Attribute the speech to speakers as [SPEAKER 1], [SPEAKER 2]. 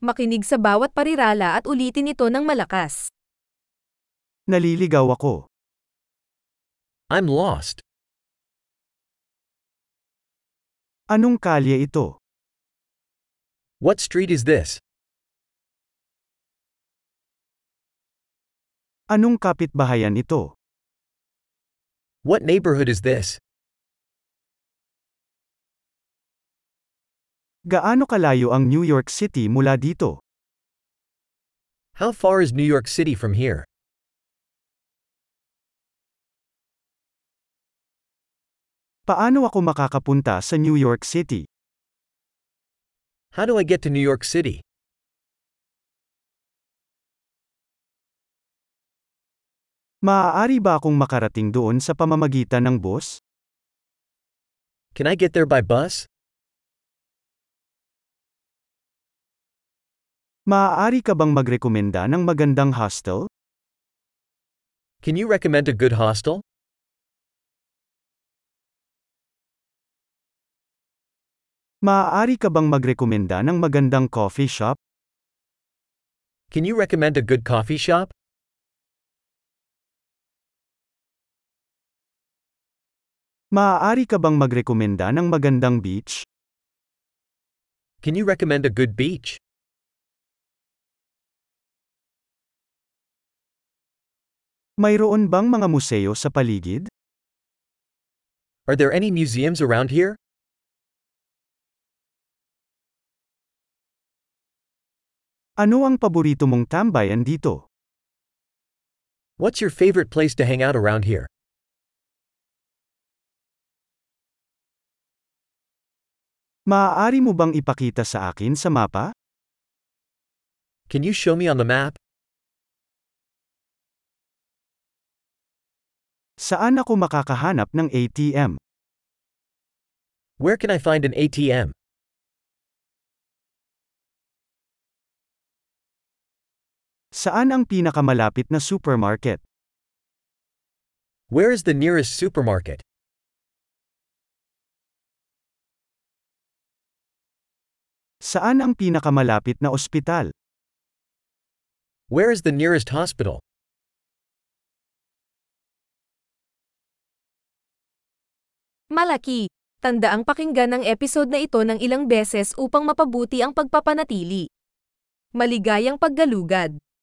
[SPEAKER 1] Makinig sa bawat parirala at ulitin ito ng malakas.
[SPEAKER 2] Naliligaw ako.
[SPEAKER 3] I'm lost.
[SPEAKER 2] Anong kalye ito?
[SPEAKER 3] What street is this?
[SPEAKER 2] Anong kapitbahayan ito?
[SPEAKER 3] What neighborhood is this?
[SPEAKER 2] Gaano kalayo ang New York City mula dito?
[SPEAKER 3] How far is New York City from here?
[SPEAKER 2] Paano ako makakapunta sa New York City?
[SPEAKER 3] How do I get to New York City?
[SPEAKER 2] Maaari ba akong makarating doon sa pamamagitan ng bus?
[SPEAKER 3] Can I get there by bus?
[SPEAKER 2] Maaari ka bang magrekomenda ng magandang hostel?
[SPEAKER 3] Can you recommend a good hostel?
[SPEAKER 2] Maaari ka bang magrekomenda ng magandang coffee shop?
[SPEAKER 3] Can you recommend a good coffee shop?
[SPEAKER 2] Maaari ka bang magrekomenda ng magandang beach?
[SPEAKER 3] Can you recommend a good beach?
[SPEAKER 2] Mayroon bang mga museo sa paligid?
[SPEAKER 3] Are there any museums around here?
[SPEAKER 2] Ano ang paborito mong tambayan dito?
[SPEAKER 3] What's your favorite place to hang out around here?
[SPEAKER 2] Maaari mo bang ipakita sa akin sa mapa?
[SPEAKER 3] Can you show me on the map?
[SPEAKER 2] Saan ako makakahanap ng ATM?
[SPEAKER 3] Where can I find an ATM?
[SPEAKER 2] Saan ang pinakamalapit na supermarket?
[SPEAKER 3] Where is the nearest supermarket?
[SPEAKER 2] Saan ang pinakamalapit na ospital?
[SPEAKER 3] Where is the nearest hospital?
[SPEAKER 1] Malaki! Tanda ang pakinggan ng episode na ito ng ilang beses upang mapabuti ang pagpapanatili. Maligayang paggalugad!